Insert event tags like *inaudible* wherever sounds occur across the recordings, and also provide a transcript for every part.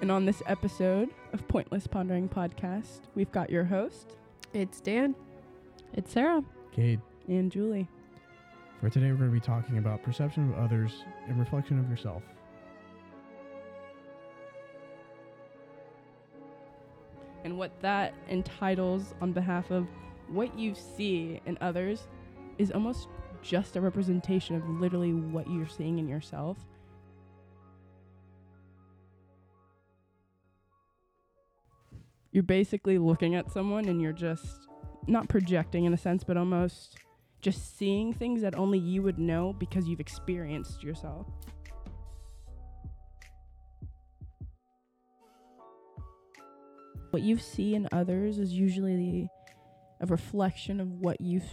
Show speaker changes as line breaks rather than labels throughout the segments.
And on this episode of Pointless Pondering Podcast, we've got your host
It's Dan.
It's Sarah.
Cade,
and Julie.
for today we're going to be talking about perception of others and reflection of yourself.
And what that entitles on behalf of what you see in others is almost just a representation of literally what you're seeing in yourself. You're basically looking at someone and you're just not projecting in a sense, but almost just seeing things that only you would know because you've experienced yourself. what you see in others is usually the, a reflection of what you s-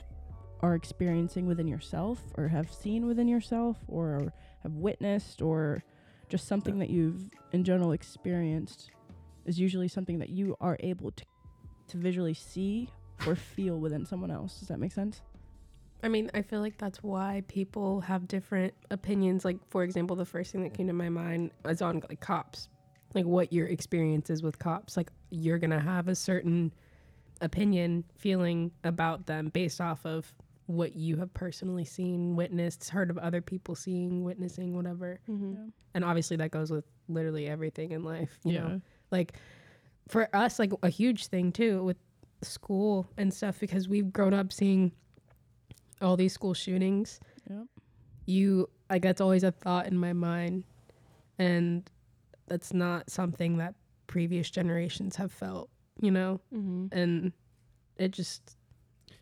are experiencing within yourself or have seen within yourself or have witnessed or just something that you've in general experienced is usually something that you are able to, to visually see or feel within someone else. Does that make sense?
I mean, I feel like that's why people have different opinions. Like, for example, the first thing that came to my mind is on like cops, like what your experience is with cops. Like, you're gonna have a certain opinion, feeling about them based off of what you have personally seen, witnessed, heard of other people seeing, witnessing, whatever.
Mm-hmm.
And obviously, that goes with literally everything in life. You know? like for us like a huge thing too with school and stuff because we've grown up seeing all these school shootings
Yep.
you like that's always a thought in my mind and that's not something that previous generations have felt you know
Mm-hmm.
and it just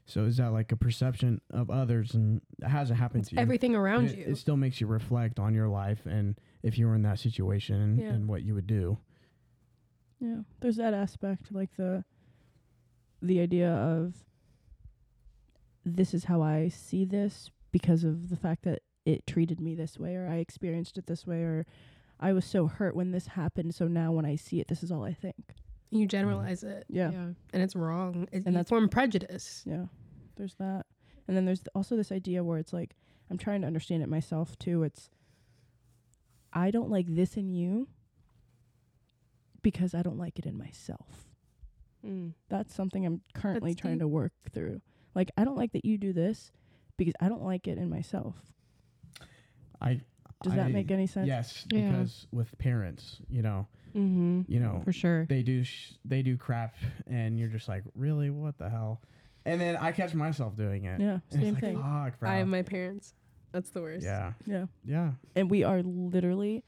So is that like a perception of others and that hasn't happened to you?
everything
And
around
it,
you
It still makes you reflect on your life and if you were in that situation and,
Yeah.
and what you would do.
Yeah, there's that aspect, like the the idea of this is how I see this because of the fact that it treated me this way, or I experienced it this way, or I was so hurt when this happened, so now when I see it, this is all I think.
you generalize it
Yeah,
and it's wrong it,
And
and
that's-
that's form prejudice
yeah. There's that, and then there's th- also this idea where it's like I'm trying to understand it myself too. It's I don't like this in you because I don't like it in myself. that's something I'm currently
That's
trying
deep.
to work through. Like, I don't like that you do this because I don't like it in myself.
I
Does that
I-
make any sense?
Yes,
Yeah.
because with parents, you know,
Mm-hmm.
you know,
For sure.
they do sh- they do crap and you're just like, "Really? What the hell?" And then I catch myself doing it.
Yeah,
And
same
it's
thing.
like, "Fuck, bro."
i have my parents that's the worst
yeah.
Yeah.
Yeah.
And we are literally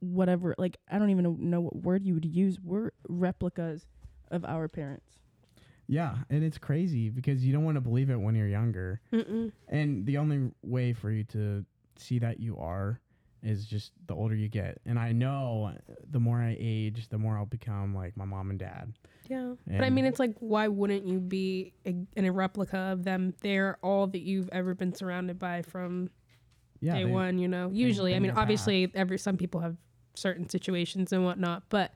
whatever, like, I don't even know- know what word you would use. We're replicas of our parents.
Yeah, and it's crazy because you don't want to believe it when you're younger.
Mm-mm.
And the only way for you to see that you are is just the older you get. And I know the more I age, the more I'll become like my mom and dad.
Yeah. But I
And-
mean, it's like, why wouldn't you be a, in a replica of them? They're all that you've ever been surrounded by from
Yeah.
day
they-
one, you know? Usually, I
been
mean,
your path.
obviously, every some people have certain situations and whatnot, but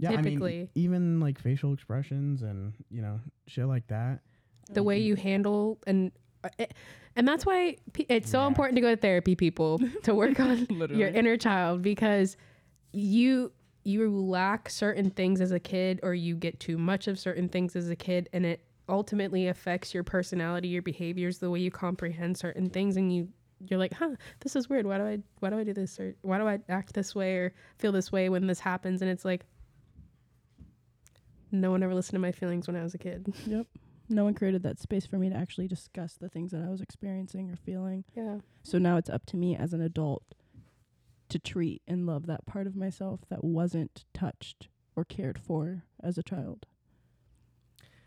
yeah, I mean,
typically.
even like facial expressions and, you know, shit like that.
the way you handle and uh, and that's why pe- it's so
Yeah.
important to go to therapy people to work on your inner child because you you lack certain things as a kid or you get too much of certain things as a kid and it ultimately affects your personality your behaviors the way you comprehend certain things and you you're like huh this is weird why do i why do i do this or why do i act this way or feel this way when this happens and it's like no one ever listened to my feelings when i was a kid
Yep. No one created that space for me to actually discuss the things that I was experiencing or feeling.
yeah
So now it's up to me as an adult to treat and love that part of myself that wasn't touched or cared for as a child.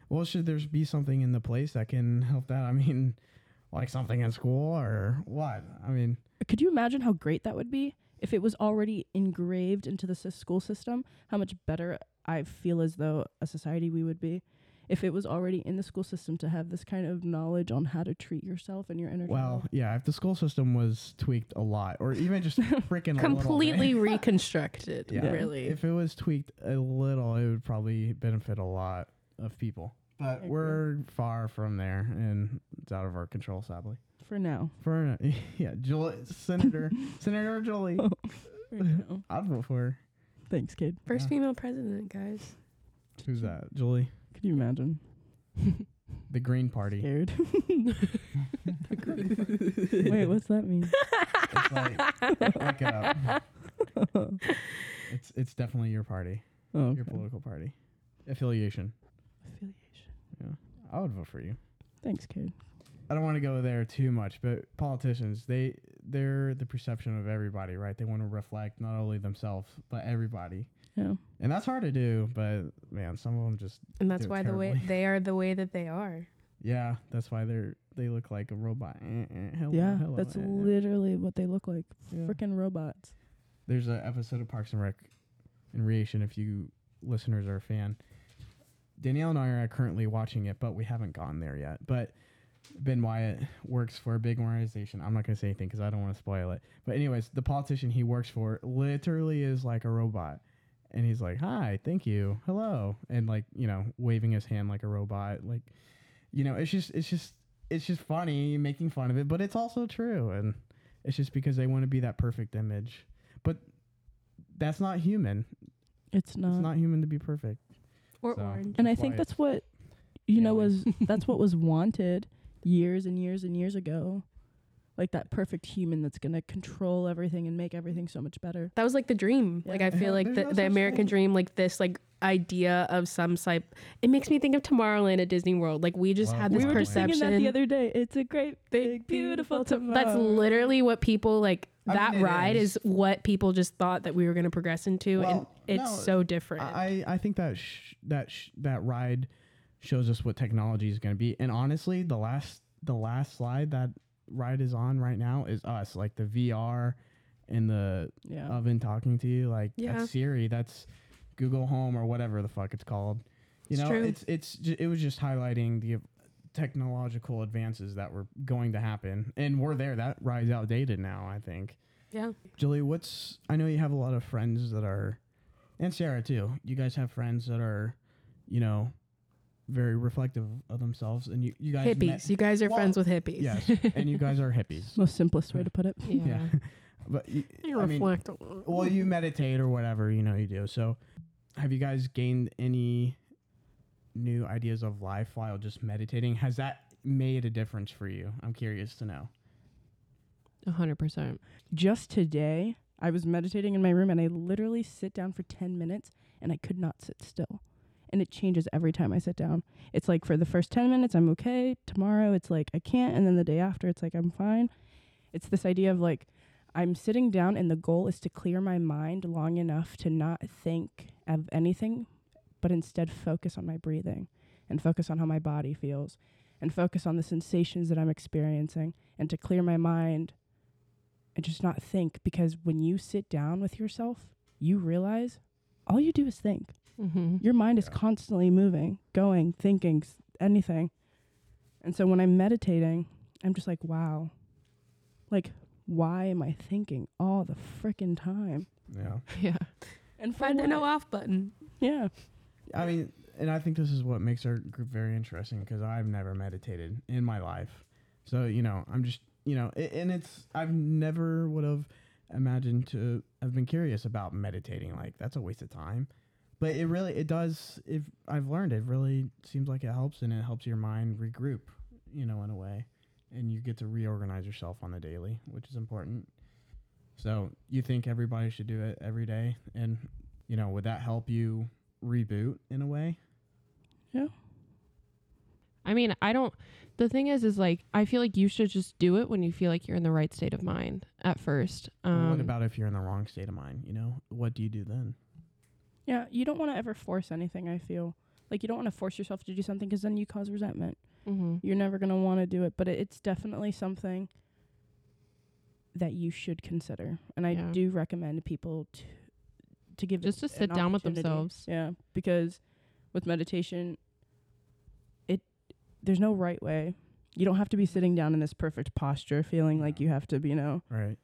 Well, should there be something in the place that can help that? I mean, *laughs* like something in school or what? I mean,
Could you imagine how great that would be if it was already engraved into the sys- school system? How much better I feel as though a society we would be if it was already in the school system to have this kind of knowledge on how to treat yourself and your inner
well,
child.
yeah, if the school system was tweaked a lot or even
*laughs*
just freaking a little bit. *laughs*
completely reconstructed really
If it was tweaked a little, it would probably benefit a lot of people. But
agree.
we're far from there, and it's out of our control, sadly.
for now.
For *laughs*
*laughs*
yeah, Julie, Senator Senator Julie,
For now.
I'd vote for her.
*laughs* Thanks, Cade.
First
Yeah.
female president, guys. *laughs*
Who's that? Julie?
Can you imagine?
The Green Party. *laughs*
Scared. *laughs* Wait, what's that mean?
It's like, look it up.
oh,
It's, it's definitely your party,
okay.
your political party. Affiliation.
affiliation.
I would vote for you.
Thanks, Cade.
I don't want to go there too much, but politicians, they they're the perception of everybody, right? They want to reflect not only themselves but everybody,
Yeah.
and that's hard to do. But man, some of them just
And that's
Do it
why the way
terribly.
they are the way that they are.
yeah, that's why they're they look like a robot. Eh, eh, hello,
yeah.
hello,
that's
eh, eh.
literally what they look like.
Yeah.
Frickin' robots.
There's an episode of Parks and Rec and Reaction. If you listeners are a fan, Danielle and I are currently watching it, but we haven't gotten there yet. But Ben Wyatt works for a big organization. I'm not going to say anything because I don't want to spoil it. But anyways, the politician he works for literally is like a robot, and he's like, "Hi, thank you, hello," and like you know, waving his hand like a robot. Like, you know, it's just it's just it's just funny making fun of it, but it's also true, and it's just because they want to be that perfect image. But that's not human.
It's not.
It's
Uh-huh.
not human to be perfect.
Or
So.
orange.
and I
That's
think
why
that's what you know was
alien.
that's what was wanted years and years and years ago. Like that perfect human that's gonna control everything and make everything so much better.
That was like the dream. Like
Yeah.
I feel
Yeah,
like
there's
the,
no
the
such
American
thing.
dream, like this like idea of some type. It makes me think of Tomorrowland at Disney World. Like we just
Wow.
had
We
this
were just
perception.
Singing that the other day. It's a great
Big,
big beautiful
to-
tomorrow.
That's literally what people like.
I mean,
That
it
ride
is.
is. what people just thought that we were going to progress into, and
Well,
it's
no,
so different.
I, I I think that sh- that sh- that ride shows us what technology is going to be. And honestly, the last the last slide that ride is on right now is us, like the VR and the
yeah.
oven talking to you, like
Oh. Yeah.
that's Siri, that's Google Home or whatever the fuck it's called. You
It's
know,
true.
it's it's ju- it was just highlighting the technological advances that were going to happen, and we're there. That ride's outdated now, I think.
yeah,
Julie, what's I know you have a lot of friends that are and Sarah too. You guys have friends that are, you know, very reflective of themselves and you, you guys
hippies.
met-
you guys are
Well,
friends with hippies.
*laughs*
yes. and you guys are hippies.
Most simplest way to put it.
*laughs* yeah.
Yeah. *laughs* But you,
You
I mean,
reflect.
well, you meditate or whatever, you know, you do. So have you guys gained any new ideas of life while just meditating? Has that made a difference for you? I'm curious to know.
hundred percent.
Just today I was meditating in my room and I literally sit down for ten minutes and I could not sit still. And it changes every time I sit down. It's like for the first 10 minutes, I'm okay. Tomorrow, it's like I can't. And then the day after, it's like I'm fine. It's this idea of like I'm sitting down and the goal is to clear my mind long enough to not think of anything, but instead focus on my breathing and focus on how my body feels and focus on the sensations that I'm experiencing and to clear my mind and just not think because when you sit down with yourself, you realize all you do is think.
Mm-hmm.
Your mind is
Yeah.
constantly moving, going, thinking, s- anything. And so when I'm meditating, I'm just like, wow. Like, why am I thinking all the frickin' time?
Yeah.
*laughs* Yeah.
And
Find an off button.
Yeah.
I mean, and I think this is what makes our group very interesting because I've never meditated in my life. So, you know, I'm just, you know, a- and it's, I've never would have imagined to have been curious about meditating. Like, that's a waste of time. But it really, it does, if I've learned, it really seems like it helps and it helps your mind regroup, you know, in a way. And you get to reorganize yourself on the daily, which is important. So you think everybody should do it every day. And, you know, would that help you reboot in a way.
I mean, I don't. The thing is, is like I feel like you should just do it when you feel like you're in the right state of mind at first. Um,
But what about if you're in the wrong state of mind? You know, what do you do then?
Yeah. You don't want to ever force anything, I feel. Like, you don't want to force yourself to do something because then you cause resentment.
hmm
*laughs*
You're never going to want to do it, but it, it's definitely something that you should consider. And I
Yeah.
do recommend people to to give it
Just to
an
sit down with
opportunity.
themselves.
Yeah, because with meditation it there's no right way. You don't have to be sitting down in this perfect posture feeling like
Yeah.
you have to be, you know,
Right.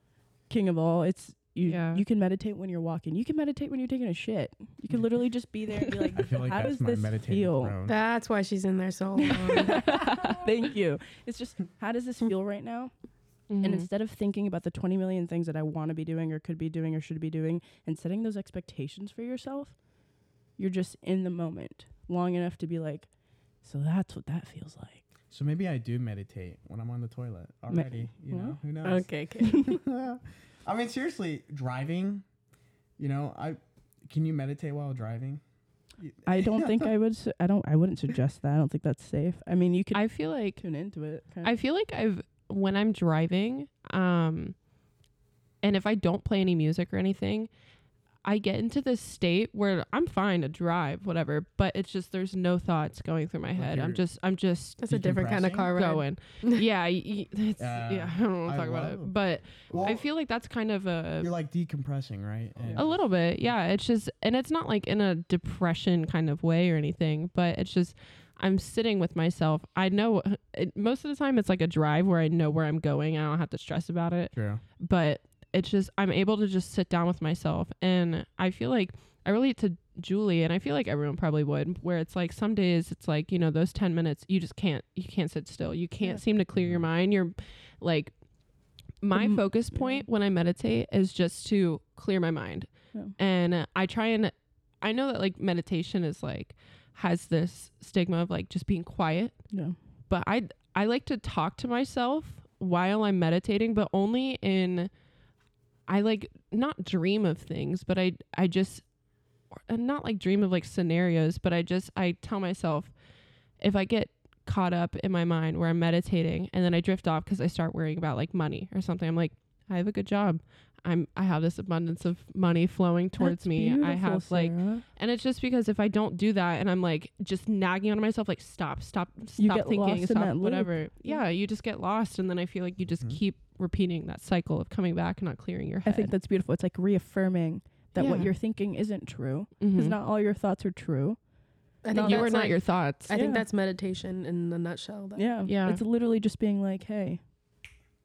king of all. It's you
Yeah.
you can meditate when you're walking. You can meditate when you're taking a shit. You can literally just be there and
*laughs*
be like *laughs*
I feel like
How
that's
does
my
this
meditative
feel?
throne.
That's
*laughs*
*laughs*
why she's in there so long.
Thank you. It's just how does this feel right now?
Mm-hmm.
And instead of thinking about the 20 million things that I want to be doing or could be doing or should be doing and setting those expectations for yourself, you're just in the moment long enough to be like, so that's what that feels like.
So maybe I do meditate when I'm on the toilet
Me-
already. you
Well,
know, who knows?
*laughs*
Okay, okay.
*laughs* I mean, seriously, driving. You know, I can you meditate while driving?
I don't think I would, su- I don't, I wouldn't suggest that. I don't think that's safe. I mean, you could
I feel like
tune into it. kind of.
I feel like I've when I'm driving, um and if I don't play any music or anything, I get into this state where I'm fine to drive, whatever, but it's just there's no thoughts going through my
Like
head. I'm
you're-
just I'm just
That's a different kind of
Decompressing?
car ride.
going. yeah, y- y- it's,
Uh,
yeah, *laughs* I don't
I
want to talk about
love-
it, but I
*laughs* Well,
feel like that's kind of a
you're like decompressing, right? And
a little bit, yeah. It's just, and it's not like in a depression kind of way or anything, but it's just, I'm sitting with myself. I know it, most of the time it's like a drive where I know where I'm going. I don't have to stress about it,
True.
but it's just, I'm able to just sit down with myself. And I feel like I relate to Julie, and I feel like everyone probably would, where it's like some days it's like, you know, those 10 minutes, you just can't, you can't sit still. You can't
Yeah.
seem to clear your mind. You're like, my
m-
focus
Mm-hmm. yeah.
point when I meditate is just to clear my mind and uh, i try and i know that like meditation is like has this stigma of like just being quiet
no.
but i i like to talk to myself while i'm meditating but only in i like not dream of things but i i just and not like dream of like scenarios but i just i tell myself if i get caught up in my mind where i'm meditating and then i drift off because i start worrying about like money or something i'm like i have a good job i'm i have this abundance of money flowing towards
That's
me i
beautiful,
have like
Sarah.
and it's just because if I don't do that and I'm like just nagging on myself, like stop, stop, stop
You get
thinking,
lost in
stop,
that loop.
whatever. Yeah, you just get lost. And then I feel like you just
Mhm.
keep repeating that cycle of coming back and not clearing your
I
head.
think that's beautiful. It's like reaffirming that what
Yeah.
you're thinking isn't true because
Mhm.
not all your thoughts are true.
I
No,
think
you
that's
are not
like-
your thoughts.
I think
Yeah.
that's meditation in a nutshell. That,
Yeah.
Yeah.
It's literally just being like, hey,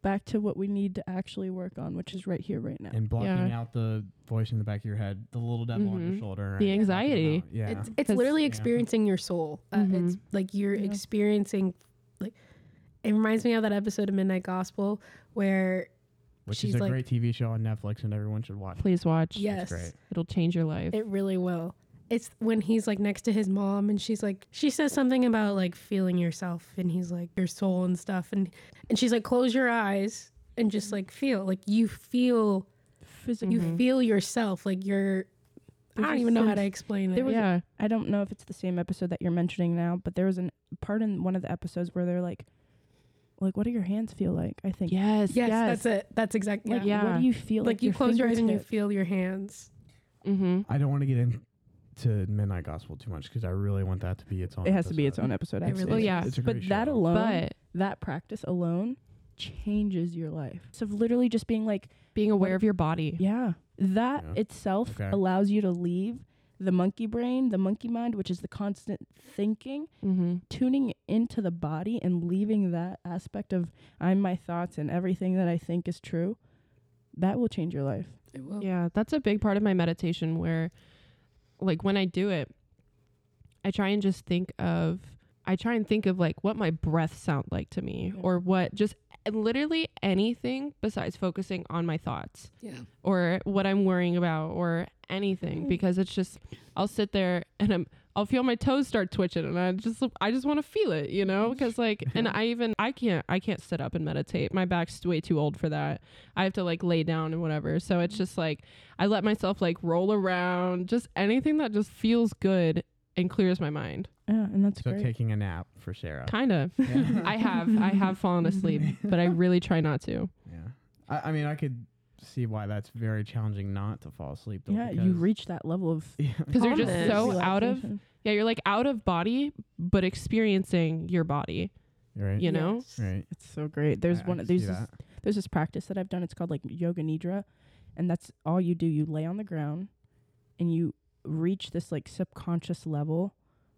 back to what we need to actually work on, which is right here, right now.
And blocking
Yeah.
out the voice in the back of your head, the little devil on your
Mhm.
shoulder,
The
and blocking them
anxiety.
out. Yeah.
It's it's
Because-
literally
Yeah.
experiencing your soul. Uh, It's
Mhm.
like you're
Yeah.
experiencing like it reminds me of that episode of Midnight Gospel where
which
she's
is a
like-
great TV show on Netflix, and everyone should watch.
Please watch.
yes,
great.
It'll change your life.
it really will. It's when he's like next to his mom and she's like she says something about like feeling yourself and he's like your soul and stuff and and she's like close your eyes and
Mm-hmm.
just like feel like you feel
Physically,
you feel yourself like you're I
There's
don't
just
even know how
some-
to explain
there
it.
was-
yeah.
I don't know if it's the same episode that you're mentioning now, but there was a part in one of the episodes where they're like, like, what do your hands feel like? I think.
Yes.
Yes, that's it. That's exactly
Like,
yeah.
what
Yeah.
do you feel like?
Like you close your eyes and you
fingertip?
feel your hands.
Mm-hmm.
Uh-huh.
I don't want to get into Midnight Gospel too much because I really want that to be its own.
It has to be its
episode.
own episode.
It really
absolutely.
is. Yeah.
It's a
But
great
that
show.
alone,
But
that practice alone changes your life. So, literally just being like,
being aware of your body.
Yeah. That
Yeah.
itself
Okay.
allows you to leave the monkey brain, the monkey mind, which is the constant thinking,
Mm-hmm.
tuning into the body and leaving that aspect of I'm my thoughts and everything that I think is true. That will change your life.
It will.
Yeah, that's a big part of my meditation where like when I do it, I try and just think of I try and think of like what my breath sound like to me
Yeah.
or what just eh, literally anything besides focusing on my thoughts
Yeah.
or what I'm worrying about or anything because it's just I'll sit there and I'm I'll feel my toes start twitching and I just I just want to feel it, you know, because like and I even I can't I can't sit up and meditate. My back's way too old for that. I have to like lay down and whatever. So it's just like I let myself like roll around, just anything that just feels good and clears my mind.
Yeah, and that's
So
great.
taking a nap for Sarah.
Kind of.
*laughs*
Yeah.
I have I have fallen asleep, but I really try not to.
yeah. I, I mean, I could see why that's very challenging not to fall asleep. Though,
yeah, you
because-
reach that level of
*laughs* Yeah.
Because you're
Calmness.
just so out of
relaxation.
yeah, you're like out of body but experiencing your body.
Right.
You know?
Right.
It's so great. There's
I- I
one
can see
there's this
that.
there's this practice that I've done. It's called like yoga nidra, and that's all you do. You lay on the ground, and you reach this like subconscious level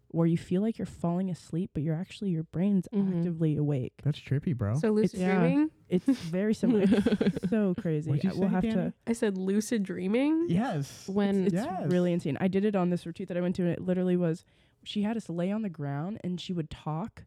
where you feel like you're falling asleep, but you're actually your brain's
Mhm.
actively
*laughs*
awake.
That's trippy, bro.
So lucid
Yeah.
dreaming.
It's very similar. *laughs* It's so crazy.
What'd you
I- Uh, we'll
say,
have
Danny?
to.
I said lucid dreaming.
yes.
When
It's
Yes.
really insane. I did it on this retreat that I went to, and it literally was. She had us lay on the ground, and she would talk,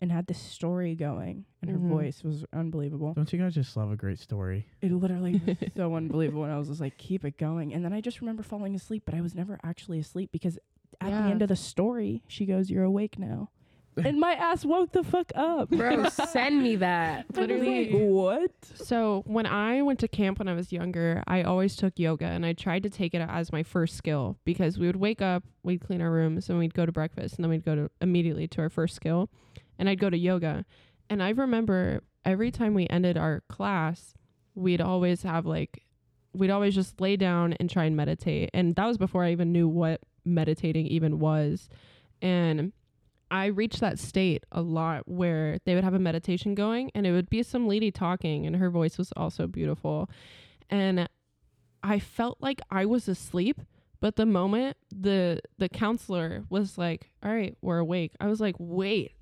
and had this story going, and her
Mhm.
voice was unbelievable.
Don't you guys just love a great story?
It literally was so unbelievable, and I was just like, keep it going. And then I just remember falling asleep, but I was never actually asleep because at the
Yeah.
end of the story, she goes, "You're awake
*laughs*
now," and my ass woke the fuck up. *laughs*
Bro, send me that.
I was like,
Literally.
what?
So when I went to camp when I was younger, I always took yoga and I tried to take it as my first skill because we would wake up, we'd clean our rooms, and we'd go to breakfast, and then we'd go to immediately to our first skill, and I'd go to yoga. And I remember every time we ended our class, we'd always have like, we'd always just lay down and try and meditate, and that was before I even knew what meditating even was, and. I reached that state a lot where they would have a meditation going and it would be some lady talking and her voice was also beautiful. And I felt like I was asleep, but the moment the the counselor was like, "All right, we're awake." I was like, "Wait."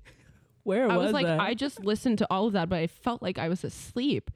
Where
I
was,
was like,
I?
"I just listened to all of that, but I felt like I was asleep."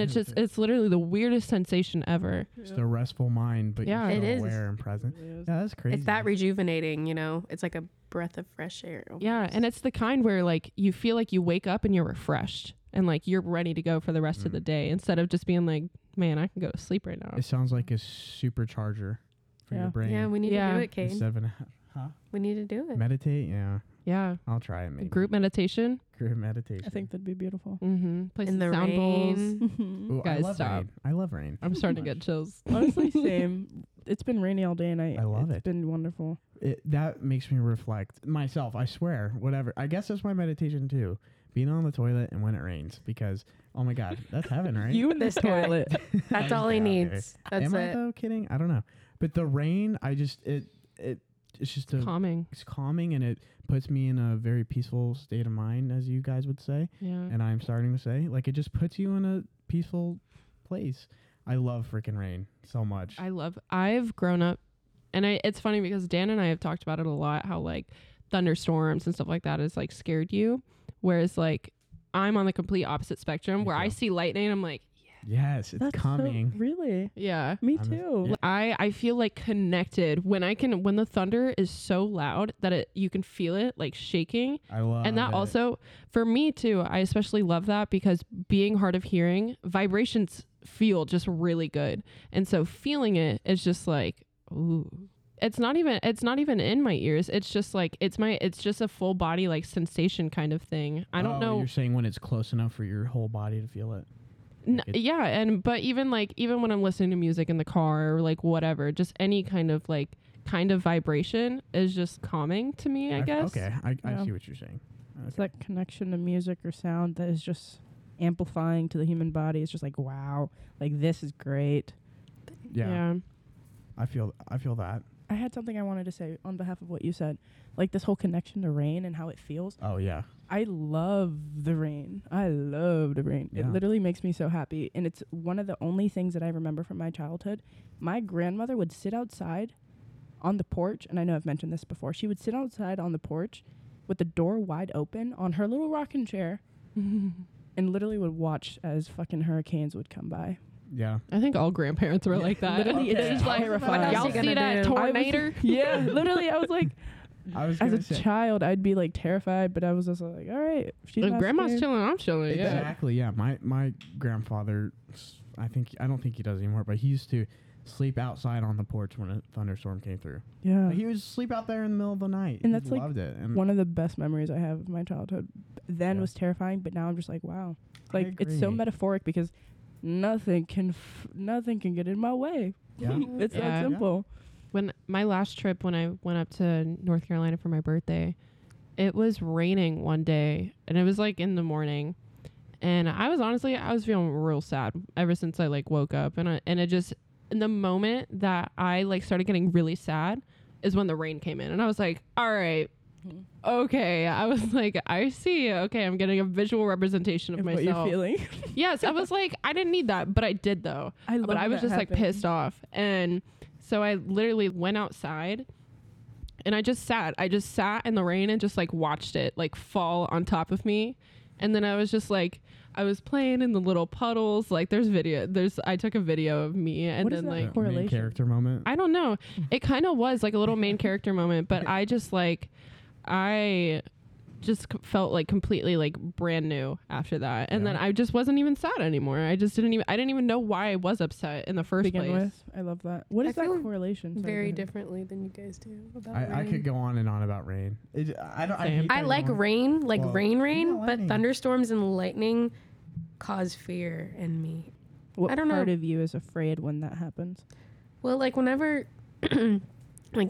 *laughs*
it's
Yeah,
just it's literally the weirdest sensation ever.
Just a restful mind, but
Yeah.
you're
It
still
is.
aware and present. Yeah, that's crazy.
It's that rejuvenating, you know? It's like a breath of fresh air.
Yeah, and it's the kind where like you feel like you wake up and you're refreshed and like you're ready to go for the rest of the
Mm.
day instead of just being like, man, I can go to sleep right now.
it sounds like a supercharger for
Yeah.
your brain.
Yeah, we need to
Yeah.
do it, Kate.
Instead of an- huh?
We need to do it.
Meditate? Yeah.
Yeah,
I'll try it, maybe.
group meditation.
Group meditation.
I think that'd be beautiful.
Mm-hmm. Play
In
some
the
sound bowls.
rain.
Ooh, I
Guys,
love
stop.
rain. I love rain.
I'm starting
*laughs*
to get chills.
*laughs* Honestly, same. It's been rainy all day, and I,
I love
it's
it.
been wonderful.
It, that makes me reflect myself. I swear, whatever. I guess that's my meditation too. Being on the toilet and when it rains, because oh my god, that's heaven, right? *laughs*
You in *laughs*
This guy. *laughs* That's all he
Yeah, okay.
needs. That's
Am I
*laughs* it.
though kidding? I don't know. But the rain, I just it it it's just a,
Calming.
it's calming and it puts me in a very peaceful state of mind, as you guys would say,
Yeah.
and I'm starting to say. Like it just puts you in a peaceful place. I love freaking rain so much.
I love. I've grown up, and I, it's funny because Dan and I have talked about it a lot. How like thunderstorms and stuff like that has like scared you, whereas like I'm on the complete opposite spectrum
Me
where I
too.
see lightning, I'm like,
yes, it's
That's so-
coming.
really?
yeah.
Me
I'm a-
too.
yeah.
I I feel like connected when I can when the thunder is so loud that it you can feel it like shaking
I love
and that
it.
also for me too i especially love that because being hard of hearing vibrations feel just really good and so feeling it is just like ooh it's not even it's not even in my ears it's just like it's my it's just a full body like sensation kind of thing i don't
Oh,
know
You're saying when it's close enough for your whole body to feel it.
N-
Like it-
yeah and but even like even when i'm listening to music in the car or like whatever just any kind of like kind of vibration is just calming to me i, guess
Okay, I,
Yeah.
I see what you're saying.
It's that connection to music or sound that is just amplifying to the human body. It's just like, wow, like this is great.
Yeah,
yeah
I feel I feel that.
I had something I wanted to say on behalf of what you said, like this whole connection to rain and how it feels.
Oh yeah,
I love the rain. I love the rain. It
Yeah.
literally makes me so happy. And it's one of the only things that I remember from my childhood. My grandmother would sit outside on the porch, and I know I've mentioned this before. She would sit outside on the porch with the door wide open on her little rocking chair and literally would watch as fucking hurricanes would come by. *laughs*
yeah.
*laughs* I think all grandparents were like *laughs* that.
Literally, it's
They're just like,
terrifying.
What else
y'all
you gonna
see that
do?"
tornado?
Yeah, literally, I was like,
I was
as
gonna
a
say
child, I'd be like terrified, but I was also like, all right, if she's
If
not
*laughs* grandma's
scared-
chilling, I'm chilling. Yeah.
exactly. Yeah, my my grandfather, s- I think I don't think he does anymore, but he used to sleep outside on the porch when a thunderstorm came through.
Yeah,
Like, he would just sleep out there in the middle of the night.
And
He
that's, like,
loved it. And
one of the best memories I have of my childhood. Then
Yeah.
was terrifying, but now I'm just like, wow,
I
like it's so
agree.
metaphoric because nothing can f- nothing can get in my way. *laughs*
Yeah.
It's
Yeah.
that simple.
When my last trip, when I went up to North Carolina for my birthday, it was raining one day, and it was like in the morning, and I was honestly, I was feeling real sad ever since I like woke up, and I, and it just in the moment that I like started getting really sad is when the rain came in, and I was like, all right.
Mhm.
Mm-hmm. Okay, I was *laughs* like, I see. Okay, I'm getting a visual representation of
Of what
myself.
you're feeling.
yes, I was like, I didn't need that, but I did though.
I love
but I was
that
just like
happened.
pissed off. And so I literally went outside and I just sat. I just sat in the rain and just like watched it like fall on top of me. And then I was just like, I was playing in the little puddles. Like there's video. There's I took a video of me and
What is
then
that
like
called? correlation.
Main character moment.
I don't know.
Hmm. *laughs*
It kind of was like a little main character moment, but I just like I just c- felt like completely like brand new after that. And
Yeah.
then I just wasn't even sad anymore. I just didn't even I didn't even know why I was upset in the first
Begin
place.
with. I love that. What
I
is that
feel
correlation? Sorry,
*laughs* Very
go ahead.
differently than you guys do about
I, I
rain.
could go on and on about rain. It, I don't. I,
Same.
hate
I
that
like
going-
rain, like
Well,
rain, rain,
yeah,
but
lightning.
thunderstorms and lightning cause fear in me.
What
I don't
part
know.
of you is afraid when that happens?
Well, like whenever, *clears throat* like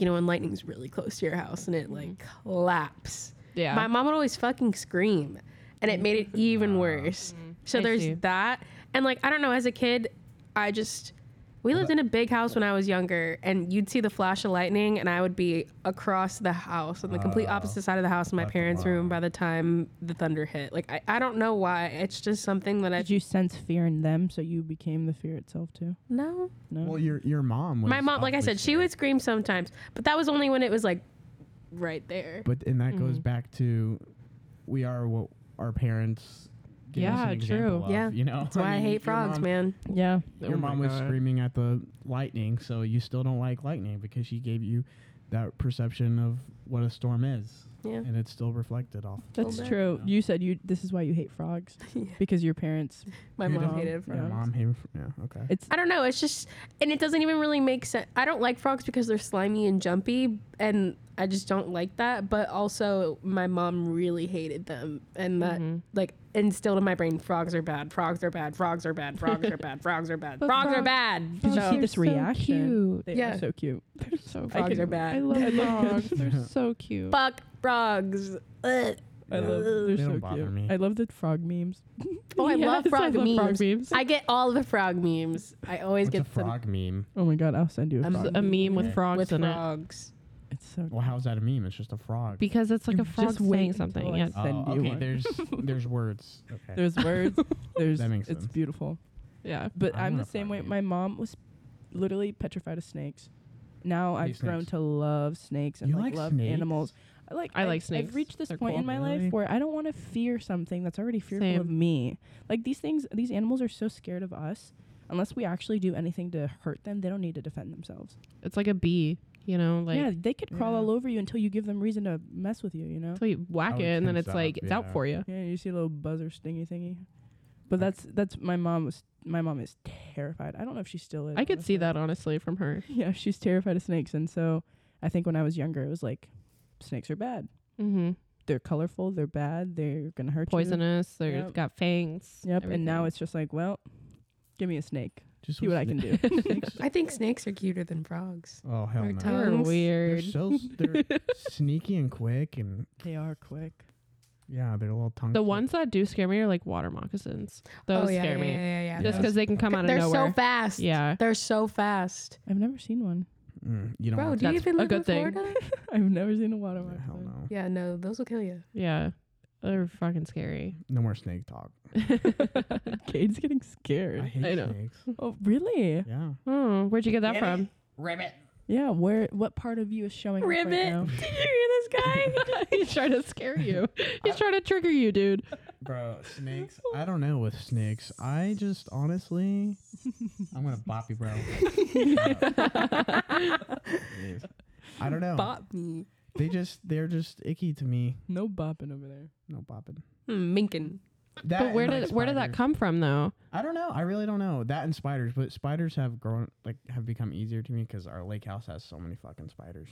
you know, when lightning's really close to your house and it like claps,
Yeah.
my mom would always fucking scream, and it made it even worse. So
I
there's
see.
that, and like I don't know, as a kid, I just. We lived in a big house when I was younger, and you'd see the flash of lightning, and I would be across the house on the complete
Oh.
opposite side of the house in my
That's
parents'
wild.
room by the time the thunder hit. Like, I, I don't know why. It's just something that I.
Did you sense fear in them, so you became the fear itself too?
no.
No.
Well, your your mom. Was
my mom like i
awfully
said she
scared.
would scream sometimes but that was only when it was like right there
But and that goes back to, we are what our parents. Give us an
Yeah,
example
true.
Of,
Yeah.
You know.
that's why i,
mean, *laughs*
hate
your
frogs
mom-
man
yeah.
Your mom was screaming at the lightning, so you still don't like lightning because she gave you that perception of what a storm is,
yeah
and it's still reflected off.
That's
Little bit.
true. You said you. This is why you hate frogs because your parents.
my
You
mom
don't-
hated
yeah.
frogs
Your mom hated. fr- Yeah. Okay.
It's
i don't know it's just and it doesn't even really make sense i don't like frogs because they're slimy and jumpy and i just don't like that but also my mom really hated them and
Mm-hmm.
that
Mm-hmm.
like instilled in my brain frogs are bad frogs are bad frogs are bad frogs are bad frogs are bad
But
frogs are
frogs- *laughs*
bad
Did you
So-
Oh,
see this reaction? they
Yeah.
are so cute. *laughs*
They're so
Frogs
cute.
are bad.
I love frogs.
*laughs*
They're so cute.
fuck frogs Ugh.
I love.
They
They're so
don't
cute.
bother me.
I love the frog memes.
Oh, I love
*laughs* Yes,
frog memes.
frog memes.
I get all the frog memes. I always
What's a
get
frog meme?
Oh my god, I'll send you a
I'm
frog.
so-
a meme with
With
them
frogs
with
in it.
frogs.
It's so.
Well, how's that a meme? It's just a frog.
Because it's like a
Just
frog
wait
saying
until
something.
I
Yeah.
send
Oh,
you
okay.
one.
There's there's words. Okay.
There's
*laughs*
words. There's.
That makes
it's
sense.
beautiful.
Yeah.
But
I
I'm
want
the
a
same
frog
way.
meme.
My mom was literally petrified of snakes. Now
Hate
I've grown
snakes.
to love snakes and
You
like,
like
love
snakes?
animals. I like
I like
I've
snakes.
reached this
They're
point
cool.
in my
Really?
life where I don't want to fear something that's already fearful of
Same.
me. Like these things, these animals are so scared of us. Unless we actually do anything to hurt them, they don't need to defend themselves.
It's like a bee, you know, like
yeah, they could crawl
Yeah.
all over you until you give them reason to mess with you. You know.
so you
I
whack
would
it and then
think
it's
so,
like it's out
yeah.
for you.
Yeah, you see a little buzzer stingy thingy. But that's that's my mom was my mom is terrified. I don't know if she still is.
I could see
honestly.
that honestly from her.
*laughs* Yeah, she's terrified of snakes, and so I think when I was younger, it was like, snakes are bad.
Mm-hmm.
They're colorful. They're bad. They're gonna hurt you.
Poisonous. They've
Yep.
got fangs.
Yep. And now
everything.
it's just like, well, give me a snake.
just
See what I can do.
I think snakes are cuter than frogs.
Oh hell
Or
no.
tongue.
They're
They're
Tongues.
*laughs* weird.
so s- they're sneaky and quick and
they are quick.
yeah, they're little tongue.
the
flick-
ones that do scare me are like water moccasins. Those
oh, yeah,
scare
yeah,
me.
Yeah, yeah, yeah.
Just
Yeah.
because they can come out of
They're
nowhere.
so fast.
Yeah.
They're so fast.
I've never seen one. *laughs*
Mm, you don't.
Bro,
want
do you
that.
even
a
live in
good thing.
Florida?
*laughs*
I've never seen a water
Yeah, *laughs* Hell
moccasin.
no.
yeah, no, those will kill you.
Yeah. They're fucking scary.
No more snake talk.
Cade's getting
I
scared.
hate
I know.
snakes.
*laughs* Oh, really?
Yeah.
oh, where'd you get that
Damn
*laughs* from?
Ribbit.
Yeah. Where? What part of you is showing? up right now?
*laughs*
Did you hear this guy?
He's trying to scare you.
*laughs*
He's trying to trigger you, dude.
Bro, snakes. I don't know with snakes. I just honestly, I'm gonna bop you, bro. Jeez. I don't know.
Bought me.
They just they're just icky to me.
No bopping over there.
No bopping.
Hmm, Minkin.
That
But where
and, like,
did where did that
spiders.
come from though?
I don't know. I really don't know that and spiders, but spiders have grown like have become easier to me because our lake house has so many fucking spiders.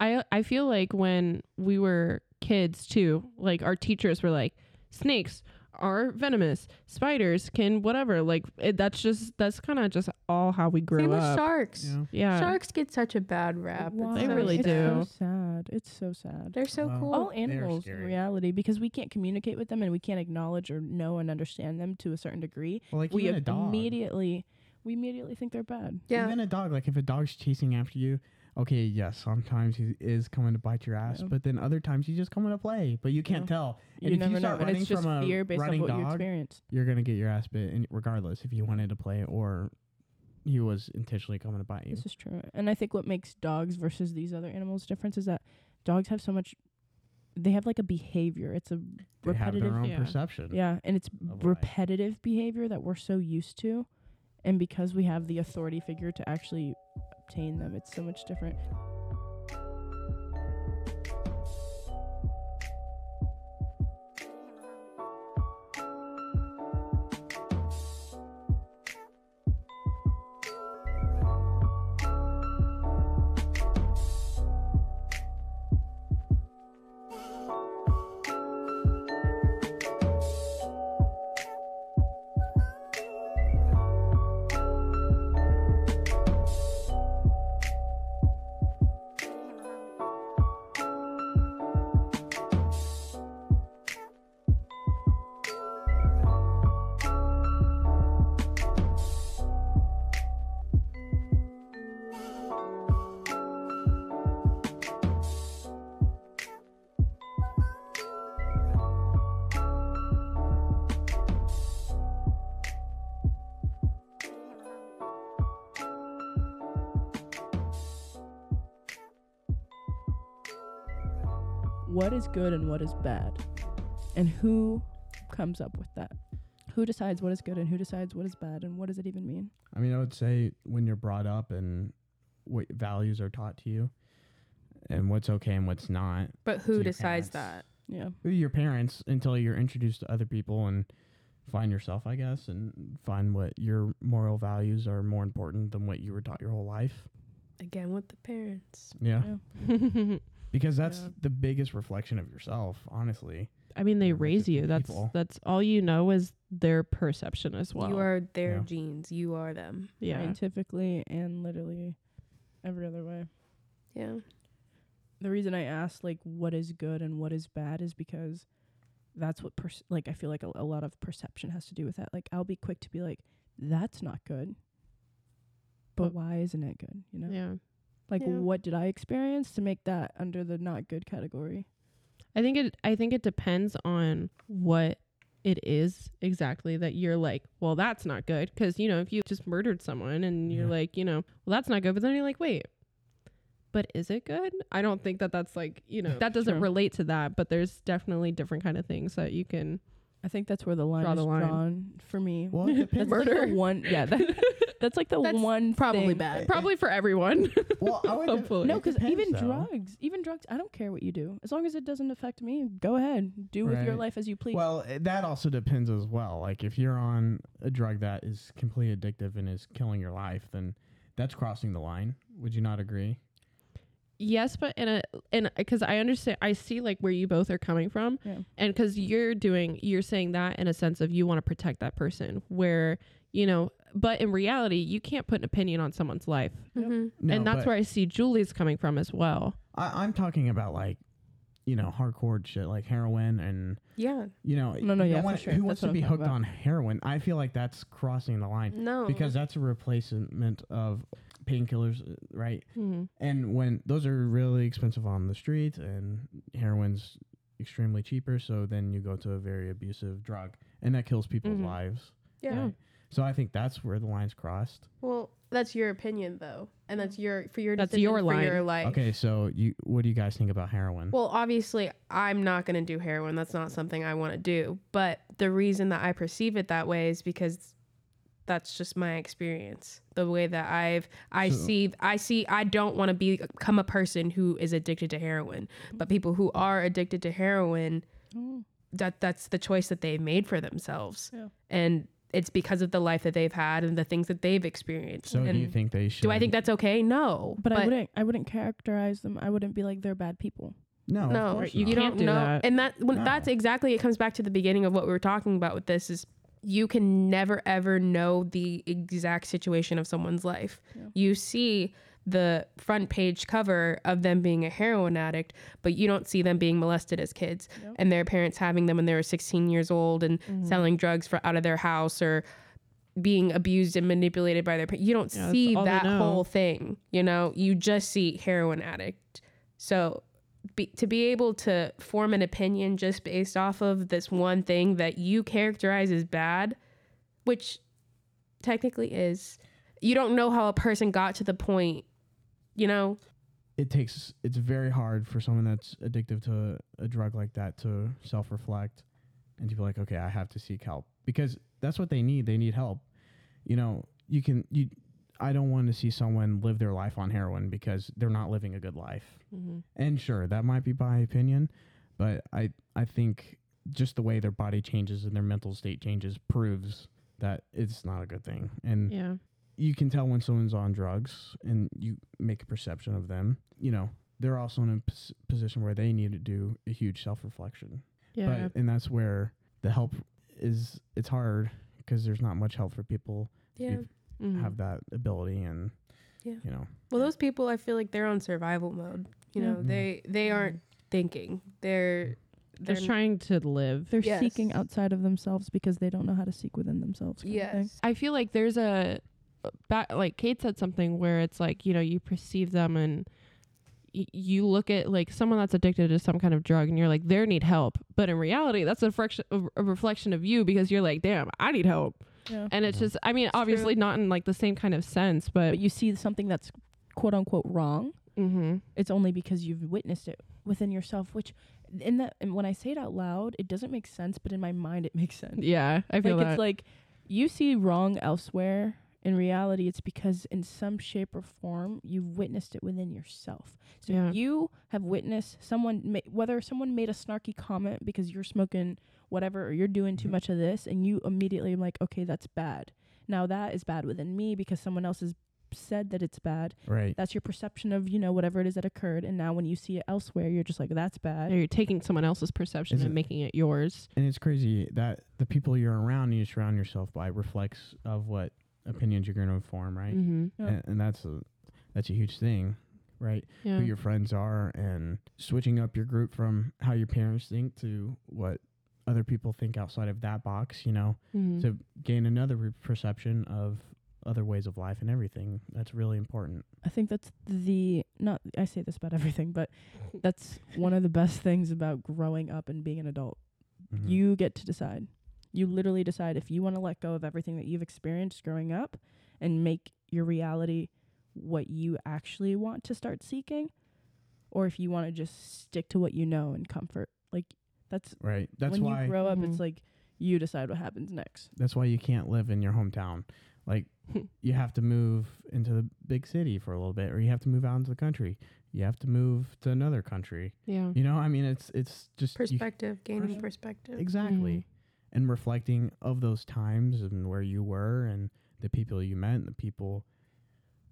I I feel like when we were kids too, like our teachers were like, snakes are venomous, spiders can whatever. Like it, that's just that's kind of just all how we grew
Same with
up.
sharks.
You know?
Yeah,
Sharks get such a bad rap. It's
They
so
really
it's
sad.
do.
So sad. It's so sad.
They're so
Wow.
cool.
all
are
animals in
scary.
reality because we can't communicate with them and we can't acknowledge or know and understand them to a certain degree
Well, like
we
even a dog.
immediately we immediately think they're bad
yeah.
Even a dog. Like if a dog's chasing after you, okay, yes, sometimes he is coming to bite your ass,
Yeah.
but then other times he's just coming to play, but you can't
Yeah.
tell. And
you
if
never
you
know
start
and
running
it's just
from a
fear based on
running
what you
dog,
experience
you're gonna get your ass bit, and regardless if you wanted to play or he was intentionally coming to bite you.
this is true and i think what makes dogs versus these other animals difference is that dogs have so much they have like a behavior it's a
They have
repetitive
their own
yeah.
perception.
yeah and it's
life.
repetitive behavior that we're so used to and because we have the authority figure to actually obtain them it's so much different what is good and what is bad, and who comes up with that. Who decides what is good and who decides what is bad, and what does it even mean?
I mean, I would say when you're brought up and what values are taught to you and what's okay and what's not,
But
your
who decides that?
parents.
Yeah.
your parents until you're introduced to other people and find yourself, I guess, and find what your moral values are more important than what you were taught your whole life.
Again with the parents.
Yeah.
Yeah.
Because that's
Yeah.
the biggest reflection of yourself, *laughs* honestly.
*laughs* I mean, they
Look at
raise you. That's
people.
that's all you know is their perception as well.
you are their
Yeah.
genes. You are them.
yeah.
Scientifically and literally every other way.
Yeah.
the reason I asked like what is good and what is bad is because that's what per- like I feel like a, a lot of perception has to do with that. Like I'll be quick to be like that's not good. But
But-
why isn't it good, you know?
Yeah.
Like
Yeah.
what did I experience to make that under the not good category?
I think it I think it depends on what it is exactly that you're like, well, that's not good because you know, if you just murdered someone and you're
Yeah.
like, you know, well, that's not good, but then you're like, wait. But is it good? I don't think that that's like, you know, that doesn't
True.
relate to that, but there's definitely different kind of things that you can
I think that's where the line
Draw
is
the line.
drawn for me.
Well, it
That's
depends.
like,
Murder.
the one
*laughs*
yeah, that, that's like the
That's
one
Probably
thing-
bad.
probably for everyone.
well, I would
Hopefully.
No,
it
because
depends,
even
though.
drugs, even drugs, I don't care what you do. As long as it doesn't affect me, go ahead. Do with your
Right.
life as you please.
Well, eh, that also depends as well. Like if you're on a drug that is completely addictive and is killing your life, then that's crossing the line. Would you not agree?
yes but in a in because i understand i see like where you both are coming from
Yeah.
and because you're doing you're saying that in a sense of you want to protect that person where you know but in reality you can't put an opinion on someone's life
Mhm.
No,
and that's
but
where i see julie's coming from as well
I, I'm talking about like, you know, hardcore shit like heroin and
Yeah.
you know,
No, no,
you
yeah,
don't
for
wanna-
sure.
who
That's
wants
what
to
I'm
be
talking
hooked
about.
on heroin? I feel like that's crossing the line
No.
because that's a replacement of painkillers, uh, right? And when those are really expensive on the street and heroin's extremely cheaper, so then you go to a very abusive drug and that kills people's
Mhm.
lives.
yeah.
right? So I think that's where the lines crossed.
Well, that's your opinion though, and that's your for your
That's
decision
your
for
line.
your life.
Okay, so you what do you guys think about heroin?
Well, obviously, I'm not going to do heroin. That's not something I want to do. But the reason that I perceive it that way is because that's just my experience. The way that I've I
So-
see I see I don't want to become a person who is addicted to heroin. But people who are addicted to heroin,
Mm.
that that's the choice that they've made for themselves.
Yeah.
And it's because of the life that they've had and the things that they've experienced.
so do
and
you think they should
do I think that's okay? No.
but, I wouldn't I wouldn't characterize them. I wouldn't be like they're bad people.
No, of
no,
course
you
not.
can't do
know.
that.
And that when
No.
that's exactly it comes back to the beginning of what we were talking about with this is you can never ever know the exact situation of someone's life.
Yeah.
You see the front page cover of them being a heroin addict, but you don't see them being molested as kids
Nope.
and their parents having them when they were 16 years old and
Mm-hmm.
selling drugs for out of their house or being abused and manipulated by their parents. You don't
Yeah, that's
see
all they
that
know.
whole thing, you know? You just see heroin addict. So be, to be able to form an opinion just based off of this one thing that you characterize as bad, which technically is, you don't know how a person got to the point, you know?
it takes it's very hard for someone that's addictive to a drug like that to self-reflect and to be like okay i have to seek help because that's what they need they need help you know you can you i don't want to see someone live their life on heroin because they're not living a good life and sure that might be my opinion but i i think just the way their body changes and their mental state changes proves that it's not a good thing and
yeah
you can tell when someone's on drugs and you make a perception of them. You know, they're also in a pos- position where they need to do a huge self reflection.
yeah
But, and that's where the help is, it's hard because there's not much help for people
Yeah. Mm.
Mhm.
have that ability and,
Yeah.
you know,
Well, those people, I feel like they're on survival mode. You know,
Yeah.
they they aren't thinking. They're
they're
they're
trying to live
They're
Yes.
seeking outside of themselves because they don't know how to seek within themselves. kind of thing.
Yes.
I feel like there's a back like Kate said something where it's like you know you perceive them and y- you look at like someone that's addicted to some kind of drug and you're like they need help but in reality that's a, fraction, a, a reflection of you because you're like damn I need help
Yeah.
and it's
Yeah.
just I mean obviously not in like the same kind of sense but
But you see something that's quote unquote wrong.
mm-hmm.
It's only because you've witnessed it within yourself, which in that and when I say it out loud, it doesn't make sense, but in my mind it makes sense.
Yeah, I feel
like
that.
it's like you see wrong elsewhere. In reality, it's because in some shape or form you've witnessed it within yourself. So
Yeah.
you have witnessed someone, ma- whether someone made a snarky comment because you're smoking whatever or you're doing
Mm-hmm.
too
Mhm.
much of this, and you immediately am like, okay, that's bad. Now that is bad within me because someone else has said that it's bad.
Right.
That's your perception of you know whatever it is that occurred, and now when you see it elsewhere, you're just like, that's bad.
Or You're taking someone else's perception
Is
and
it-
making it yours.
And it's crazy that the people you're around and you surround yourself by reflects of what opinions you're going to form, right?
Mm.
Mm-hmm.
Yeah.
And, and that's a that's a huge thing, right?
Yeah.
Who
Mm.
your friends are and switching up your group from how your parents think to what other people think outside of that box, you know,
Mm.
Mhm.
to gain another re- perception of other ways of life and everything. That's really important.
I think that's the not I say this about *laughs* everything,
*laughs*
but that's one of the best things about growing up and being an adult.
Mhm.
You get to decide. You literally decide if you want to let go of everything that you've experienced growing up and make your reality what you actually want to start seeking or if you want to just stick to what you know and comfort. Like that's
right. That's
when
why
you grow up
Mm-hmm.
Mhm.
it's like you decide what happens next.
that's why you can't live in your hometown. Like you have to move into the big city for a little bit, or you have to move out into the country. You have to move to another country.
*laughs*
Mm.
yeah.
You know, I mean, it's it's just you-
Perspective, gaining
Perspective.
perspective.
exactly,
Mhm.
and reflecting of those times and where you were and the people you met, and the people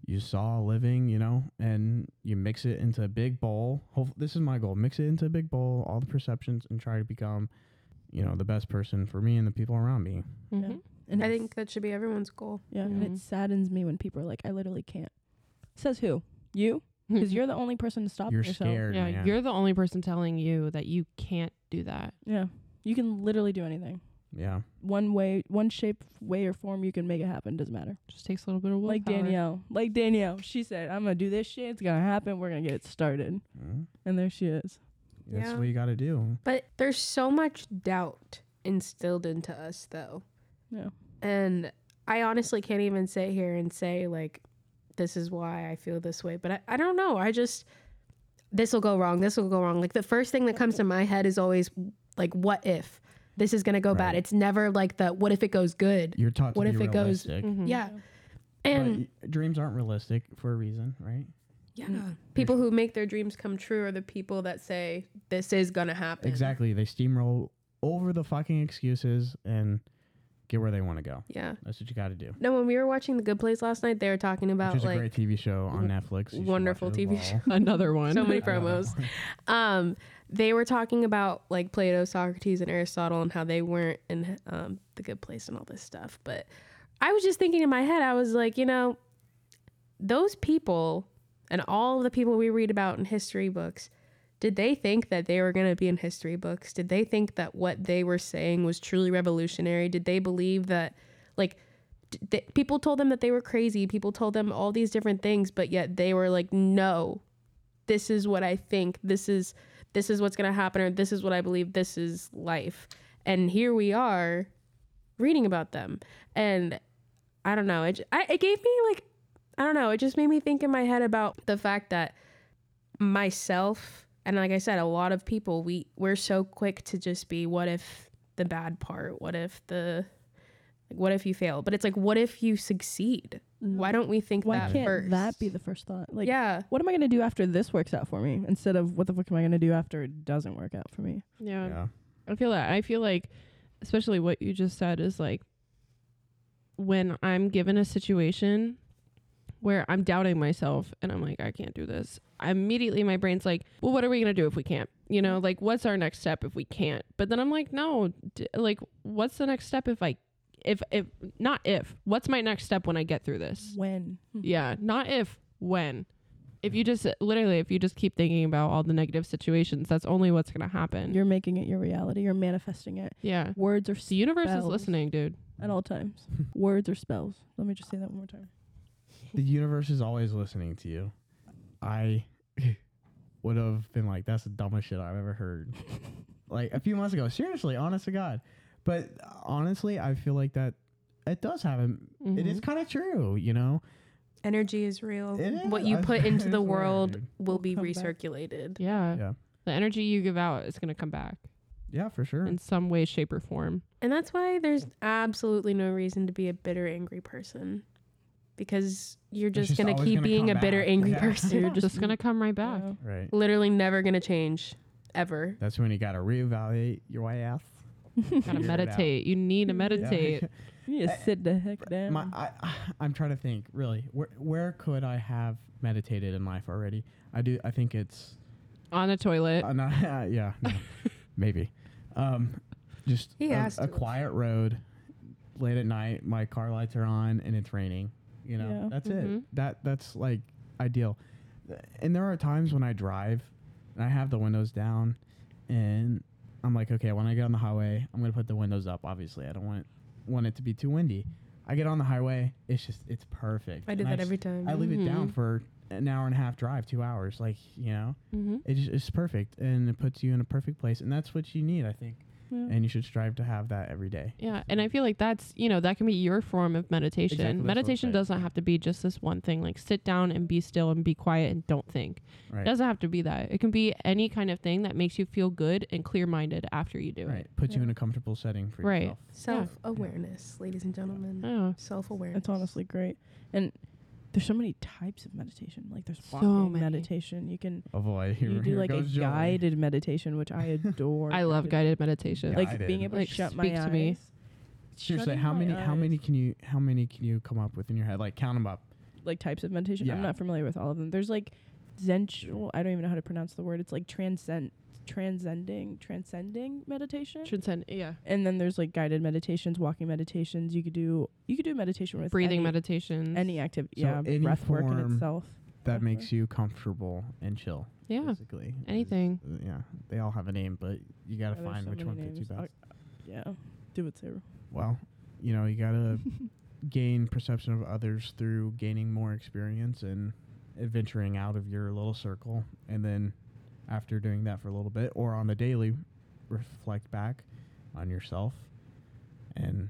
you saw living. You know, and you mix it into a big bowl. Hope this is my goal: mix it into a big bowl, all the perceptions, and try to become, you know, the best person for me and the people around me.
Mhm.
Yeah. And
I
it's-
think that should be everyone's goal.
Yeah, and
Mhm.
it saddens me when people are like, I literally can't. Says who? You?
*laughs*
Because you're the only person to stop
You're
yourself.
scared.
yeah,
man.
you're the only person telling you that you can't do that.
Yeah. You can literally do anything.
yeah.
One way, one shape, way, or form you can make it happen. Doesn't matter.
Just takes a little bit of willpower.
Like Danielle. Like Danielle. She said, I'm going to do this shit. It's going to happen. We're going to get it started.
Mhm.
And there she is.
That's
Yeah.
what you got to do.
But there's so much doubt instilled into us, though.
Yeah.
And I honestly can't even sit here and say, like, this is why I feel this way. But I, I don't know. I just, this will go wrong. This will go wrong. Like, the first thing that comes to my head is always, like, what if this is going to go bad?
Right.
It's never like the what if it goes good.
You're taught to
What
be
if it goes-
realistic.
Mm-hmm.
Mhm.
Yeah.
But
And
y- dreams aren't realistic for a reason, right?
yeah,
mm.
people who make their dreams come true are the people that say, this is going to happen.
Exactly. They steamroll over the fucking excuses and get where they want to go.
Yeah.
That's what you got to do.
No, when we were watching The Good Place last night, they were talking about
Which is
like
a great TV show on Netflix. You should watch
wonderful
it as
TV
well.
show.
*laughs* Another one. *laughs*
*laughs*
so many
Another
promos.
one.
Um, they were talking about like Plato, Socrates, and Aristotle, and how they weren't in um, the good place and all this stuff. But I was just thinking in my head, I was like, you know, those people and all of the people we read about in history books, did they think that they were going to be in history books? Did they think that what they were saying was truly revolutionary? Did they believe that, like, d- th- people told them that they were crazy? People told them all these different things, but yet they were like, no, this is what I think. This is this is what's going to happen or this is what I believe this is life. And here we are reading about them. And I don't know. It j- I, it gave me like I don't know. It just made me think in my head about the fact that myself and like I said, a lot of people we we're so quick to just be what if the bad part? What if the like, what if you fail? But it's like what if you succeed? Why don't we think
Why
that
can't
first?
that be the first thought? Like,
yeah.
what am I going to do after this works out for me instead of what the fuck am I going to do after it doesn't work out for me?
yeah.
yeah.
I feel that. I feel like, especially what you just said, is like when I'm given a situation where I'm doubting myself and I'm like, I can't do this. I immediately, my brain's like, well, what are we going to do if we can't? You know, like, what's our next step if we can't? But then I'm like, no, d- like, what's the next step if I, if, if, not if, what's my next step when I get through this?
When?
Mm-hmm.
Yeah, not if, when. If you just literally, if you just keep thinking about all the negative situations, that's only what's going to happen.
You're making it your reality. You're manifesting it.
yeah.
Words are
The universe
spells
is listening, dude.
at all times.
*laughs*
Words are spells. Let me just say that one more time.
The universe is always listening to you. I *laughs* would have been like, that's the dumbest shit I've ever heard. *laughs* like a few months ago. Seriously, honest to God. But honestly, I feel like that it does have a It
Mm-hmm.
Mm-hmm.
is kind of true, you know.
Energy is real.
It is.
Oh, What you
I-
put into the
*laughs* it's
world
weird.
will be
Come back.
recirculated.
Yeah.
Yeah.
The energy you give out is going to come back
Yeah, for sure.
in some way, shape, or
*laughs*
form.
And that's why there's absolutely no reason to be a bitter, angry person because you're
It's
just,
just
gonna
always
keep
gonna
being a
come
bitter,
back.
angry
Yeah.
person.
You're just going to come right back.
Yeah.
right.
*laughs* literally never gonna change ever.
That's when you got to reevaluate your ass.
*laughs*
*laughs*
Gotta
Figure it out.
meditate. You need to
Yeah.
*laughs*
meditate.
You need to
I-
sit the heck down.
My, I, *sighs* I- I'm trying to think. Really, where where could I have meditated in life already? I do. I think it's
On the toilet.
Uh, no, *laughs* yeah,
*laughs*
no, maybe. Um, just
He
a,
has
a
to.
quiet road, late at night. My car lights are on, and it's raining. You know,
Yeah.
that's
Mhm.
Mm-hmm.
it. That that's like ideal. Th- And there are times when I drive, and I have the windows down, and I'm like, okay, when I get on the highway, I'm gonna put the windows up. Obviously, I don't want want it to be too windy. I get on the highway, it's just it's perfect.
I do
And
that
s-
every Mm-hmm. time.
I leave it down
Mhm.
for an hour and a half drive, two hours, like you know
mm-hmm.
it just, it's perfect and it puts you in a perfect place and that's what you need i think
Yeah.
and you should strive to have that every day
Yeah, and I feel like that's you know that can be your form of meditation.
Exactly, that's what I'm
meditation
saying.
doesn't have to be just this one thing. Like sit down and be still and be quiet and don't think.
right
It doesn't have to be that. It can be any kind of thing that makes you feel good and clear minded after you do
right
it.
puts you
Yeah.
in a comfortable setting for
Right.
yourself
Self awareness, ladies and gentlemen.
Oh,
Self awareness.
It's honestly great. And there's so many types of meditation. Like there's
So
walking
many.
meditation. You can
oh boy here,
you do
here
like a
goes Joey.
guided meditation, which
*laughs*
I adore.
I love guided meditation.
Yeah.
Like
Guided.
being able
Like,
to shut
speak
my
to me.
eyes.
seriously
Shutting
how
my
many how
eyes.
many can you how many can you come up with in your head like count them up
like types of meditation?
Yeah.
I'm not familiar with all of them. There's like zensual. I don't even know how to pronounce the word. It's like transcend, transcending, transcending meditation.
Transcend. Yeah,
and then there's like guided meditations, walking meditations. You could do you could do meditation with
breathing
any,
meditations.
any activity.
Mm-hmm. So
yeah,
any
breath work in
form
itself.
that
Breath
makes
work.
you comfortable and chill
yeah,
basically is-
anything.
yeah they all have a name but you gotta
Yeah, there's
find
so
which
many
one fits you
names.
best
Uh, yeah, do it, Sarah.
well you know you gotta gain perception of others through gaining more experience and adventuring out of your little circle and then after doing that for a little bit or on the daily reflect back on yourself and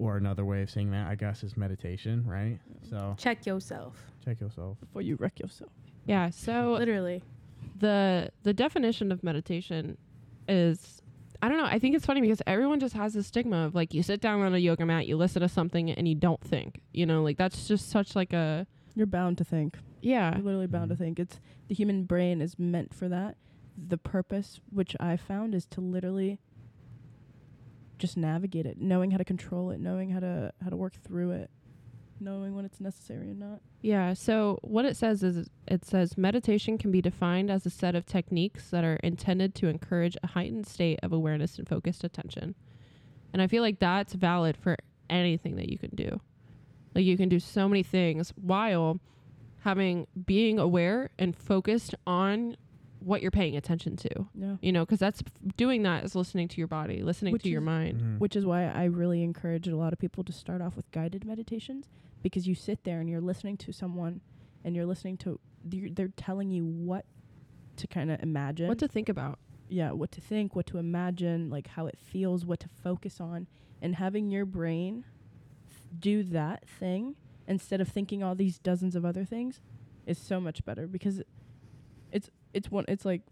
or another way of saying that i guess is meditation right so
Check yourself.
check yourself
Before you wreck yourself.
Yeah. So
Literally.
the the definition of meditation is I don't know. I think it's funny because everyone just has this stigma of like you sit down on a yoga mat, you listen to something, and you don't think. You know, like that's just such like a
You're bound to think.
yeah.
You're literally bound
Mhm.
to think. It's the human brain is meant for that. The purpose, which I found, is to literally just navigate it, knowing how to control it, knowing how to how to work through it, knowing when it's necessary and not.
Yeah. So what it says is it says meditation can be defined as a set of techniques that are intended to encourage a heightened state of awareness and focused attention. And I feel like that's valid for anything that you can do. Like you can do so many things while having being aware and focused on what you're paying attention to.
Yeah.
You know, because that's doing that is listening to your body, listening
Which
to your
is- Mm-hmm.
mind.
*laughs*
Mhm.
Which is why I really encourage a lot of people to start off with guided meditations because you sit there and you're listening to someone and you're listening to they're, they're telling you what to kind of imagine.
What to think about.
yeah, what to think, what to imagine, like how it feels, what to focus on, and having your brain do that thing instead of thinking all these dozens of other things is so much better because it's it's one it's like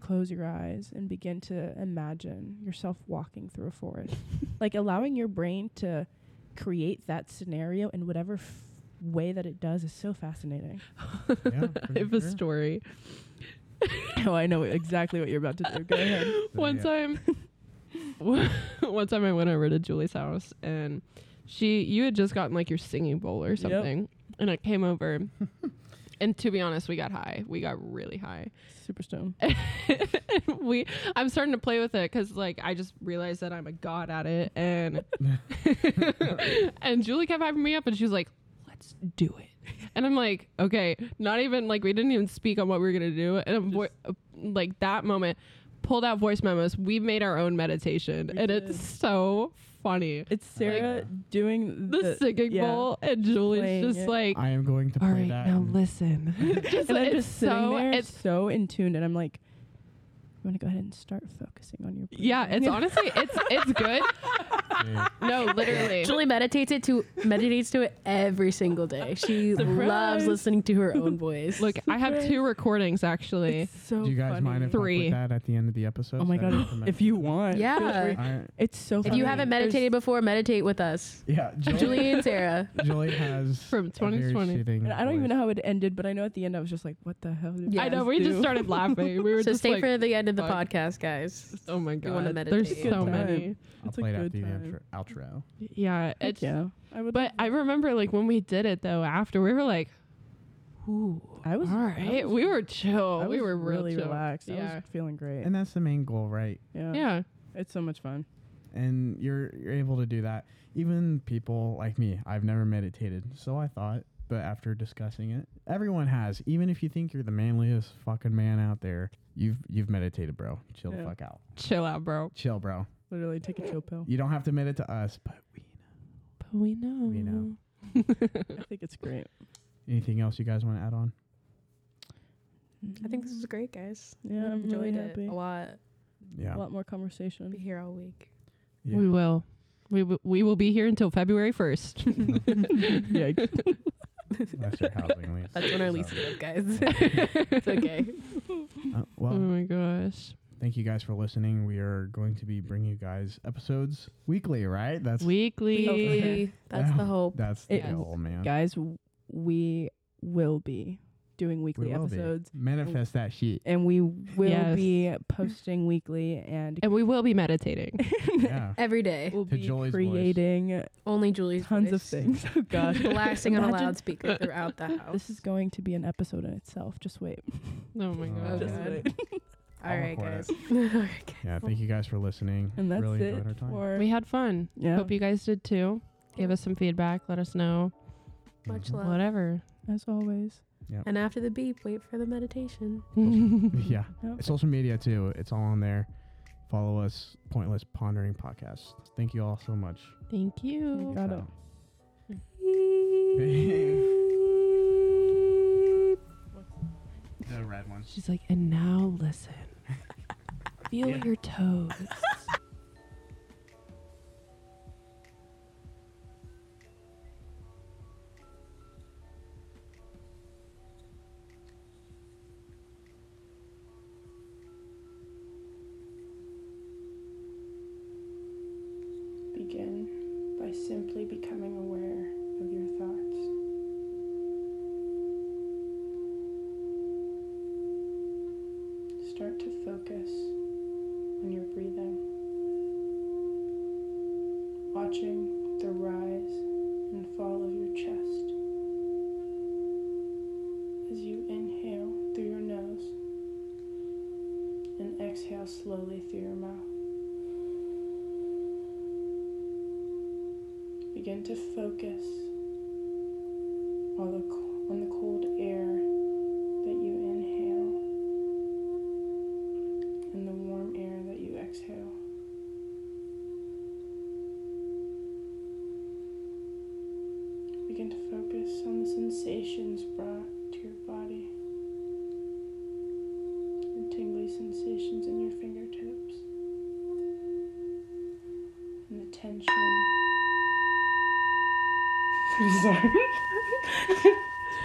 close your eyes and begin to imagine yourself walking through a forest. like allowing your brain to create that scenario in whatever f- way that it does is so fascinating. *laughs*
Yeah,
*laughs* I
Mm-hmm.
have a
sure.
story.
oh, I know exactly what you're about to do. Go ahead.
*laughs* one
Yeah.
time one time i went over to julie's house and she you had just gotten like your singing bowl or
Yep.
something and i came over *laughs* and to be honest we got high we got really high
Superstone.
and *laughs* we i'm starting to play with it because like i just realized that i'm a god at it
*laughs*
and and julie kept hyping me up and she was like let's do it and i'm like okay not even like we didn't even speak on what we were gonna do and a voi- uh, like that moment pulled out voice memos we made our own meditation
We
and
did.
it's so funny
It's Sarah doing
the, singing
yeah.
bowl and julie's
Playing
just
it.
like
i am going to
all
play
right
that
now
and-
listen just,
and I'm
it's
*laughs* just sitting
so
there,
it's
so in tune, and I'm like, I'm gonna go ahead and start focusing on your.
Yeah, it's
*laughs* breathing."
honestly it's it's good.
Dude,
No, literally.
Julie meditates it to meditates to it every single day. She loves
Surprise.
listening to her own voice.
Look, I have two recordings actually.
It's so *laughs*
do you guys
funny.
mind if
Three.
I put that at the end of the episode?
Oh my
so that
God,
I can
if you want?
Yeah.
feel free.
I-
It's so.
if you haven't meditated before, meditate with us.
yeah, Julie,
Julie and
*laughs*
Sarah.
Julie has
*laughs*
From
a very
2020.
soothing
I don't even
voice.
know how it ended, but I know at the end I was just like, "What the hell?" Did
Yeah.
I
you
know
guys
we just
do?
started laughing. We were
So
just
stay
like,
for the end of the
fuck.
podcast, guys.
oh my
You wanna
god,
meditate.
there's
Good
so
time.
many.
I'll
It's a
play it
good
after the
time.
outro. outro.
Yeah,
Heck
it's
yeah, I would.
But I remember like when we did it though. After we were like, ooh,
I was
all right. we were chill.
I
we
was
were real
really
chill.
relaxed. I
Yeah.
was feeling great.
And that's the main goal, right?
yeah.
yeah.
It's so much fun.
And you're you're able to do that. Even people like me, I've never meditated, so I thought. But after discussing it, everyone has. Even if you think you're the manliest fucking man out there, you've you've meditated, bro. Chill
Yeah.
the fuck out.
Chill out, bro.
Chill, bro.
Literally, take a chill pill.
You don't have to admit it to us, but we
But we know.
We know.
I think it's great.
Anything else you guys want to add on?
I think this was great, guys.
Yeah, I'm really
enjoyed
happy.
it a lot.
Yeah.
A lot more
Be
conversation.
here all week.
yeah.
We will. We, w- we will be here until February 1st.
*laughs*
Yikes.
Unless you're housing lease.
That's when our
So,
lease is up, *laughs* guys. it's okay.
uh, well,
*laughs* oh my gosh.
thank you guys for listening. We are going to be bringing you guys episodes weekly, right? That's
Weekly.
Hopefully, that's the
Yeah.
hope.
that's the
It-
goal, man.
Guys, w- we will be doing
We
weekly
will be.
episodes.
Manifest
*laughs*
that shit.
And we will
Yes.
be posting weekly and,
And we will
*laughs*
be meditating.
*laughs* Yeah.
Every day.
we'll
To
be
Jolie's voice.
creating
Only Julie's
tons of
voice.
things. Oh, gosh.
*laughs*
*laughs*
Blasting on a
Imagine-
loudspeaker throughout the
*laughs*
house.
This is going to be an episode in itself. Just wait.
oh my
Oh,
gosh.
Just
God.
*laughs*
wait.
all
I'll
right,
record
*laughs*
guys.
it.
all right, guys.
Yeah, thank you guys for listening.
And that's
really
it.
enjoyed our time.
for-
We had fun.
yeah.
Hope you guys did too. Give us some feedback. Let us know.
*laughs*
Much
Mhm.
love.
Whatever.
As always.
And after the beep, wait for the meditation.
yeah.
Yep.
Social media too. It's all on there. Follow us, Pointless Pondering Podcast. Thank you all so much.
Thank you.
Got it.
*laughs*
The red one.
She's like, and now listen. Feel
Yeah.
your toes.
Begin by simply becoming aware of your thoughts. Start to focus on your breathing, watching the rise and fall of your chest. As you inhale through your nose and exhale slowly through your mouth. Begin to focus on the, co- on the cold air that you inhale and the warm air that you exhale. Begin to focus on the sensations brought to your body, the tingly sensations in your fingertips, and the tension. I'm sorry.